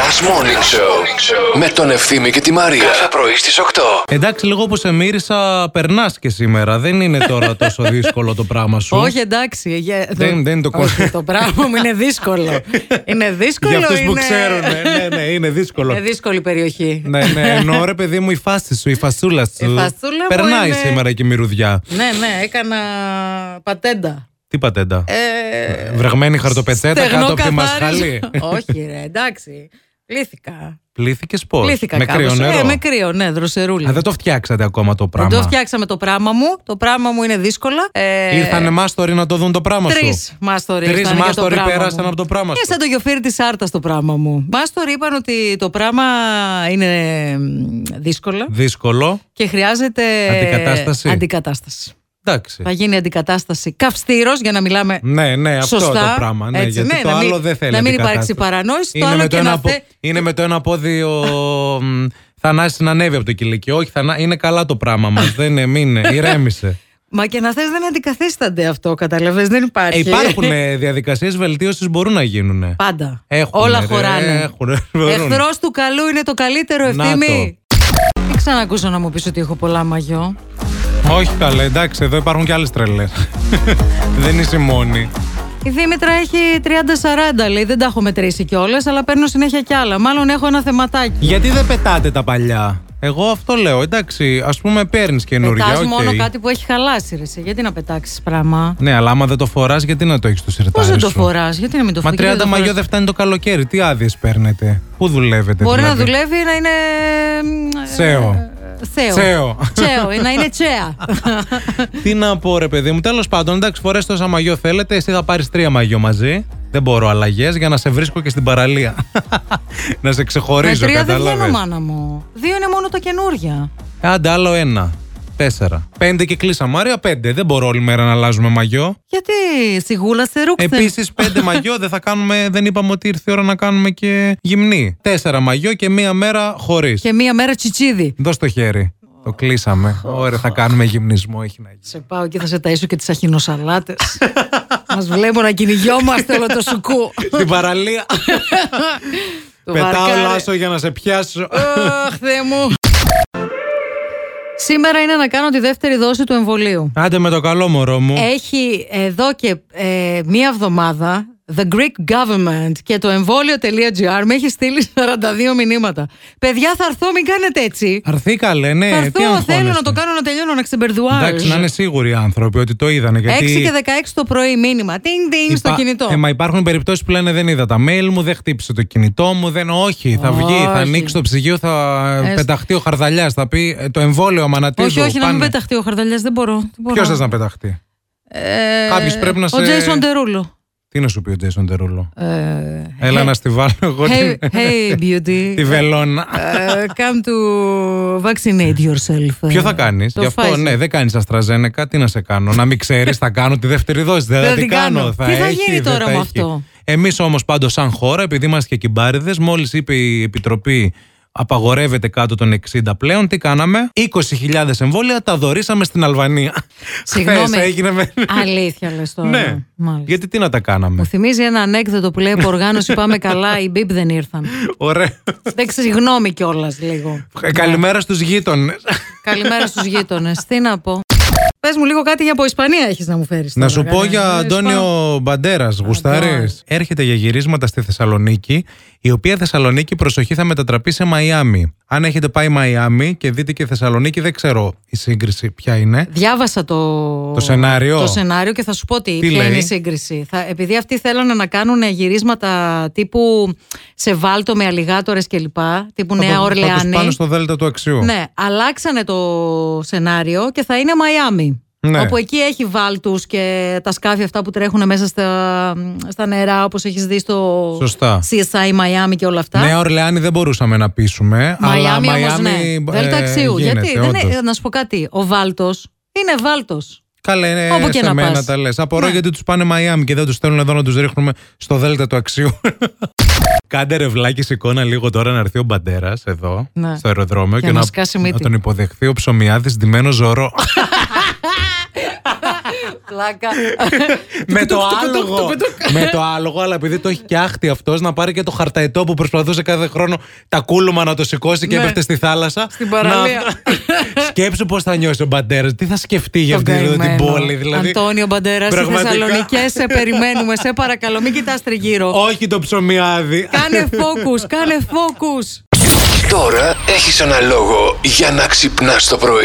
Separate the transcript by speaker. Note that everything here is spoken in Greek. Speaker 1: Last Morning Show με τον Ευθύμη και τη Μαρία. Κάθε πρωί στις 8.
Speaker 2: Εντάξει, λίγο που σε μύρισα, περνάς και σήμερα. Δεν είναι τώρα τόσο δύσκολο το πράγμα σου.
Speaker 3: Όχι, εντάξει. για-
Speaker 2: Δεν- δεν είναι το
Speaker 3: Όχι,
Speaker 2: κόσμο.
Speaker 3: Το πράγμα μου είναι δύσκολο. είναι δύσκολο.
Speaker 2: Για αυτούς που
Speaker 3: είναι- Ε,
Speaker 2: ξέρουν. Ναι, ναι, είναι δύσκολο.
Speaker 3: Είναι δύσκολη περιοχή.
Speaker 2: ναι, ναι, εννοώ ρε παιδί μου η φάση σου, η φασούλα σου.
Speaker 3: Η φασούλα μου
Speaker 2: Περνάει
Speaker 3: είναι-
Speaker 2: σήμερα και η μυρουδιά.
Speaker 3: ναι, ναι, έκανα πατέντα.
Speaker 2: Τι πατέντα.
Speaker 3: Ε,
Speaker 2: Βρεγμένη χαρτοπετσέτα
Speaker 3: στεγνό
Speaker 2: κάτω από τη Ε,
Speaker 3: καθάρισμα.
Speaker 2: μασχάλη.
Speaker 3: Όχι, ρε, εντάξει. Πλήθηκα.
Speaker 2: Πλήθηκες πώς.
Speaker 3: Πλήθηκα
Speaker 2: Με
Speaker 3: κάπως.
Speaker 2: κρύο νερό.
Speaker 3: Ε, με κρύο, ναι, δροσερούλα.
Speaker 2: Α, δεν το φτιάξατε ακόμα το
Speaker 3: Δεν
Speaker 2: πράγμα.
Speaker 3: το φτιάξαμε το πράγμα μου. Το πράγμα μου είναι δύσκολα. Ε,
Speaker 2: Ήρθανε μάστοροι να το δουν το πράγμα σου.
Speaker 3: Τρεις μάστοροι.
Speaker 2: Τρεις
Speaker 3: ήρθαν για το
Speaker 2: μάστοροι
Speaker 3: πράγμα
Speaker 2: πέρασαν
Speaker 3: μου. Ε,
Speaker 2: από το πράγμα
Speaker 3: Είναι
Speaker 2: σου.
Speaker 3: σαν το γιοφύρι της Άρτα το πράγμα μου. Μάστοροι είπαν ότι το πράγμα είναι μ, δύσκολο
Speaker 2: Δύσκολο.
Speaker 3: και χρειάζεται.
Speaker 2: Ναι. Αντικατάσταση.
Speaker 3: Αντικατάσταση.
Speaker 2: Εντάξει.
Speaker 3: Θα γίνει αντικατάσταση καυστήρος για να μιλάμε.
Speaker 2: Ναι, ναι, αυτό
Speaker 3: σωστά.
Speaker 2: το πράγμα. Ναι,
Speaker 3: Έτσι,
Speaker 2: γιατί
Speaker 3: ναι,
Speaker 2: το
Speaker 3: να μην-
Speaker 2: άλλο δεν θέλει.
Speaker 3: να μην υπάρξει
Speaker 2: αντικατάσταση.
Speaker 3: παρανόηση, το
Speaker 2: Είναι
Speaker 3: άλλο
Speaker 2: με
Speaker 3: και
Speaker 2: ένα
Speaker 3: να
Speaker 2: απο-
Speaker 3: θε-
Speaker 2: Είναι με το ένα πόδι ο. μ, Θανάσης να ανέβει από το κηλικείο. Όχι, θανά... είναι καλά το πράγμα μας. δεν είναι, μην είναι. Ηρέμησε.
Speaker 3: Μα και να θες δεν αντικαθίστανται αυτό, καταλαβαίνεις Δεν
Speaker 2: ε,
Speaker 3: υπάρχει.
Speaker 2: υπάρχουν διαδικασίες βελτίωσης μπορούν να γίνουν.
Speaker 3: Πάντα.
Speaker 2: Έχουνε,
Speaker 3: Όλα
Speaker 2: ρε,
Speaker 3: χωράνε.
Speaker 2: έχουνε, μπορούν.
Speaker 3: Εχθρός του καλού είναι το καλύτερο,
Speaker 2: Να
Speaker 3: ευθύνη. Μην ξανακούσω να μου πεις ότι έχω πολλά μαγιό.
Speaker 2: Όχι καλά, εντάξει, εδώ υπάρχουν και άλλες τρελέ. δεν είσαι μόνη.
Speaker 3: Η Δήμητρα έχει 30-40, λέει. Δεν τα έχω μετρήσει κιόλας, αλλά παίρνω συνέχεια κι άλλα. Μάλλον έχω ένα θεματάκι.
Speaker 2: Γιατί δεν πετάτε τα παλιά. Εγώ αυτό λέω, εντάξει, ας πούμε παίρνεις καινούργια.
Speaker 3: Πετάς
Speaker 2: οκ.
Speaker 3: μόνο κάτι που έχει χαλάσει, ρε. εσύ. Γιατί να πετάξεις πράγμα.
Speaker 2: Ναι, αλλά άμα δεν το φοράς, γιατί να το έχεις στο
Speaker 3: Πώ
Speaker 2: σιρτάρι
Speaker 3: δεν το
Speaker 2: σου?
Speaker 3: φοράς, γιατί να μην το
Speaker 2: Μα
Speaker 3: φοράς, γιατί
Speaker 2: 30
Speaker 3: το
Speaker 2: μαγιό
Speaker 3: φοράς.
Speaker 2: δεν φτάνει το καλοκαίρι. Τι άδειες παίρνετε. Πού δουλεύετε,
Speaker 3: Μπορεί
Speaker 2: δηλαδή.
Speaker 3: να δουλεύει να είναι. μ,
Speaker 2: Τσέο.
Speaker 3: ε, Θέο.
Speaker 2: Τσέο.
Speaker 3: Τσέο, ε, να είναι τσέα.
Speaker 2: Τι να πω, ρε παιδί μου. Τέλος πάντων, εντάξει, φορέ τόσα μαγιό θέλετε. Εσύ θα πάρεις τρία μαγιό μαζί. Δεν μπορώ αλλαγές για να σε βρίσκω και στην παραλία. να σε
Speaker 3: Με
Speaker 2: ξεχωρίζω,
Speaker 3: τρία δεν βγαίνω,
Speaker 2: κατάλαβε.
Speaker 3: μάνα μου. Δύο είναι μόνο τα καινούργια.
Speaker 2: Άντε, άλλο ένα. Τέσσερα. Πέντε και κλείσα. Μάρια, πέντε. Δεν μπορώ όλη μέρα να αλλάζουμε μαγιό.
Speaker 3: Γιατί στη γούλα σε ρούξε.
Speaker 2: Επίσης, πέντε μαγιό δεν θα κάνουμε. Δεν είπαμε ότι ήρθε η ώρα να κάνουμε και γυμνή. Τέσσερα μαγιό και μία μέρα χωρίς.
Speaker 3: Και μία μέρα τσιτσίδι.
Speaker 2: Δώσ' το χέρι. Το κλείσαμε. Ωραία, θα κάνουμε γυμνισμό, έχει να γίνει.
Speaker 3: Σε πάω και θα σε ταΐσω και τις αχινοσαλάτες. Μας βλέπω να κυνηγιόμαστε όλο το σουκού.
Speaker 2: Στην παραλία.
Speaker 3: Το
Speaker 2: Πετάω
Speaker 3: βαρκάρι.
Speaker 2: λάσο για να σε πιάσω.
Speaker 3: Αχ, Θεέ μου. Σήμερα είναι να κάνω τη δεύτερη δόση του εμβολίου.
Speaker 2: Άντε με το καλό μωρό
Speaker 3: Ε.
Speaker 2: μου.
Speaker 3: Έχει εδώ και ε, μία εβδομάδα The Greek Government και το εμβόλιο.gr με έχει στείλει 42 μηνύματα. Παιδιά, θα έρθω, μην κάνετε έτσι.
Speaker 2: Αρθήκαλε,
Speaker 3: θα
Speaker 2: ναι. Τι
Speaker 3: έρθω, θέλω να
Speaker 2: αγχώνεσαι.
Speaker 3: το κάνω να τελειώνω, να ξεμπερδουάζω.
Speaker 2: Εντάξει, να είναι σίγουροι οι άνθρωποι ότι το είδανε.
Speaker 3: 6
Speaker 2: Γιατί
Speaker 3: και 16 το πρωί μήνυμα. Τινγκ, τινγκ στο
Speaker 2: υπά-
Speaker 3: κινητό.
Speaker 2: Ε, μα υπάρχουν περιπτώσεις που λένε δεν είδα τα mail μου, δεν χτύπησε το κινητό μου, δεν. Όχι, θα βγει, θα
Speaker 3: Όχι.
Speaker 2: ανοίξει το ψυγείο, θα
Speaker 3: Έστω.
Speaker 2: πεταχτεί ο χαρδαλιάς. Θα πει ε, το εμβόλιο αμανατίζω.
Speaker 3: όχι, όχι, να μην πεταχτεί ο χαρδαλιάς, δεν μπορώ. δεν μπορώ.
Speaker 2: Ποιο θες να πεταχτεί.
Speaker 3: Ε,
Speaker 2: κάποιος πρέπει να
Speaker 3: ο
Speaker 2: σε-
Speaker 3: Τζέισον Τερούλο.
Speaker 2: Τι να σου πει ο Τζέισον Τερούλο.
Speaker 3: Ε,
Speaker 2: Έλα να στη βάλω εγώ
Speaker 3: hey,
Speaker 2: την-
Speaker 3: hey, beauty.
Speaker 2: τη βελόνα.
Speaker 3: Ε, come to vaccinate yourself.
Speaker 2: Ποιο θα κάνεις,
Speaker 3: Mm. Το
Speaker 2: γι' αυτό
Speaker 3: Pfizer.
Speaker 2: ναι, δεν κάνεις Αστραζένεκα, τι να σε κάνω. Να μην ξέρεις, θα κάνω τη δεύτερη δόση. Δεν,
Speaker 3: Δεν
Speaker 2: θα την
Speaker 3: την
Speaker 2: κάνω.
Speaker 3: κάνω. Τι θα γίνει
Speaker 2: δεν
Speaker 3: τώρα
Speaker 2: θα
Speaker 3: με
Speaker 2: έχει.
Speaker 3: αυτό?
Speaker 2: Εμείς όμως πάντως, σαν χώρα, επειδή είμαστε και κυμπάριδες, μόλις είπε η Επιτροπή απαγορεύεται κάτω των 60 πλέον, τι κάναμε. 20.000 εμβόλια τα δωρήσαμε στην Αλβανία.
Speaker 3: Συγγνώμη.
Speaker 2: Χθες έγινε με.
Speaker 3: Αλήθεια λες τώρα.
Speaker 2: ναι.
Speaker 3: Μάλιστα.
Speaker 2: Γιατί τι να τα κάναμε.
Speaker 3: Μου θυμίζει ένα ανέκδοτο που λέει από οργάνωση πάμε καλά, οι μπίπ δεν ήρθαν.
Speaker 2: Ωραία. Ε,
Speaker 3: Δεν συγγνώμη κιόλας λίγο.
Speaker 2: Καλημέρα στους γείτονες.
Speaker 3: Καλημέρα στους γείτονες. Τι να πω. Πες μου λίγο κάτι για από Ισπανία έχεις να μου φέρεις.
Speaker 2: Να σου πω για Αντώνιο Μπαντέρα, Γουστάρη. Έρχεται για γυρίσματα στη Θεσσαλονίκη, η οποία Θεσσαλονίκη, προσοχή, θα μετατραπεί σε Μαϊάμι. Αν έχετε πάει Μαϊάμι και δείτε και Θεσσαλονίκη, δεν ξέρω η σύγκριση ποια είναι.
Speaker 3: Διάβασα το...
Speaker 2: Το σενάριο.
Speaker 3: το σενάριο και θα σου πω τι,
Speaker 2: Τι
Speaker 3: ποια είναι
Speaker 2: λέει?
Speaker 3: η σύγκριση. Θα, επειδή αυτοί θέλουν να κάνουν γυρίσματα τύπου σε βάλτο με αλιγάτορες κλπ. Τύπου
Speaker 2: Θα
Speaker 3: Νέα
Speaker 2: το- θα τους
Speaker 3: Ορλεάνη.
Speaker 2: πάνω στο Δέλτα του Αξιού.
Speaker 3: Ναι, αλλάξανε το σενάριο και θα είναι Μαϊάμι.
Speaker 2: Ναι.
Speaker 3: Όπου εκεί έχει βάλτους και τα σκάφη αυτά που τρέχουν μέσα στα, στα νερά, όπως έχεις δει στο
Speaker 2: Σωστά.
Speaker 3: CSI Μαϊάμι και όλα αυτά.
Speaker 2: Νέα Ορλεάνη δεν μπορούσαμε να πείσουμε. αλλά
Speaker 3: Μαϊάμι όμω
Speaker 2: Μαϊάμι.
Speaker 3: ναι.
Speaker 2: ε,
Speaker 3: Δέλτα αξίου.
Speaker 2: γίνεται,
Speaker 3: Γιατί δεν ε,
Speaker 2: όντως.
Speaker 3: είναι, να σου πω κάτι. Ο Βάλτος είναι Βάλτος.
Speaker 2: Καλέ, ε,
Speaker 3: Όπου και
Speaker 2: σε
Speaker 3: να
Speaker 2: μένα
Speaker 3: πας.
Speaker 2: τα λες. Απορώ
Speaker 3: Ναι.
Speaker 2: γιατί τους πάνε Μαϊάμι και δεν τους στέλνουν εδώ να τους ρίχνουμε στο Δέλτα του Αξίου. Κάντε ρε βλάκης εικόνα λίγο τώρα να έρθει ο Μπαντέρας εδώ,
Speaker 3: Ναι.
Speaker 2: στο αεροδρόμιο,
Speaker 3: Για
Speaker 2: και
Speaker 3: να
Speaker 2: να,
Speaker 3: σκάσει μύτη.
Speaker 2: να τον υποδεχθεί ο ψωμιάδης ντυμένος ζωρό.
Speaker 3: Πλάκα.
Speaker 2: με το
Speaker 3: Τουκ, τουκ, τουκ,
Speaker 2: άλογο.
Speaker 3: τουκ, τουκ, τουκ.
Speaker 2: με το άλογο, αλλά επειδή το έχει και άχτη αυτός, να πάρει και το χαρταϊτό που προσπαθούσε κάθε χρόνο τα κούλουμα να το σηκώσει και
Speaker 3: Ναι.
Speaker 2: έπεφτε στη θάλασσα.
Speaker 3: Στην παραλία.
Speaker 2: Να- Σκέψου πώς θα νιώσει ο Μπαντέρας, τι θα σκεφτεί για
Speaker 3: Τον
Speaker 2: αυτή εδώ την
Speaker 3: καημένο.
Speaker 2: πόλη. Δηλαδή,
Speaker 3: Αντώνιο Μπαντέρας, οι
Speaker 2: πραγματικά.
Speaker 3: Θεσσαλονικέ σε περιμένουμε. Σε παρακαλώ, μην κοιτάς τριγύρω.
Speaker 2: Όχι το ψωμιάδι.
Speaker 3: κάνε focus, κάνε focus.
Speaker 1: Τώρα έχεις ένα λόγο για να ξυπνάς το πρωί.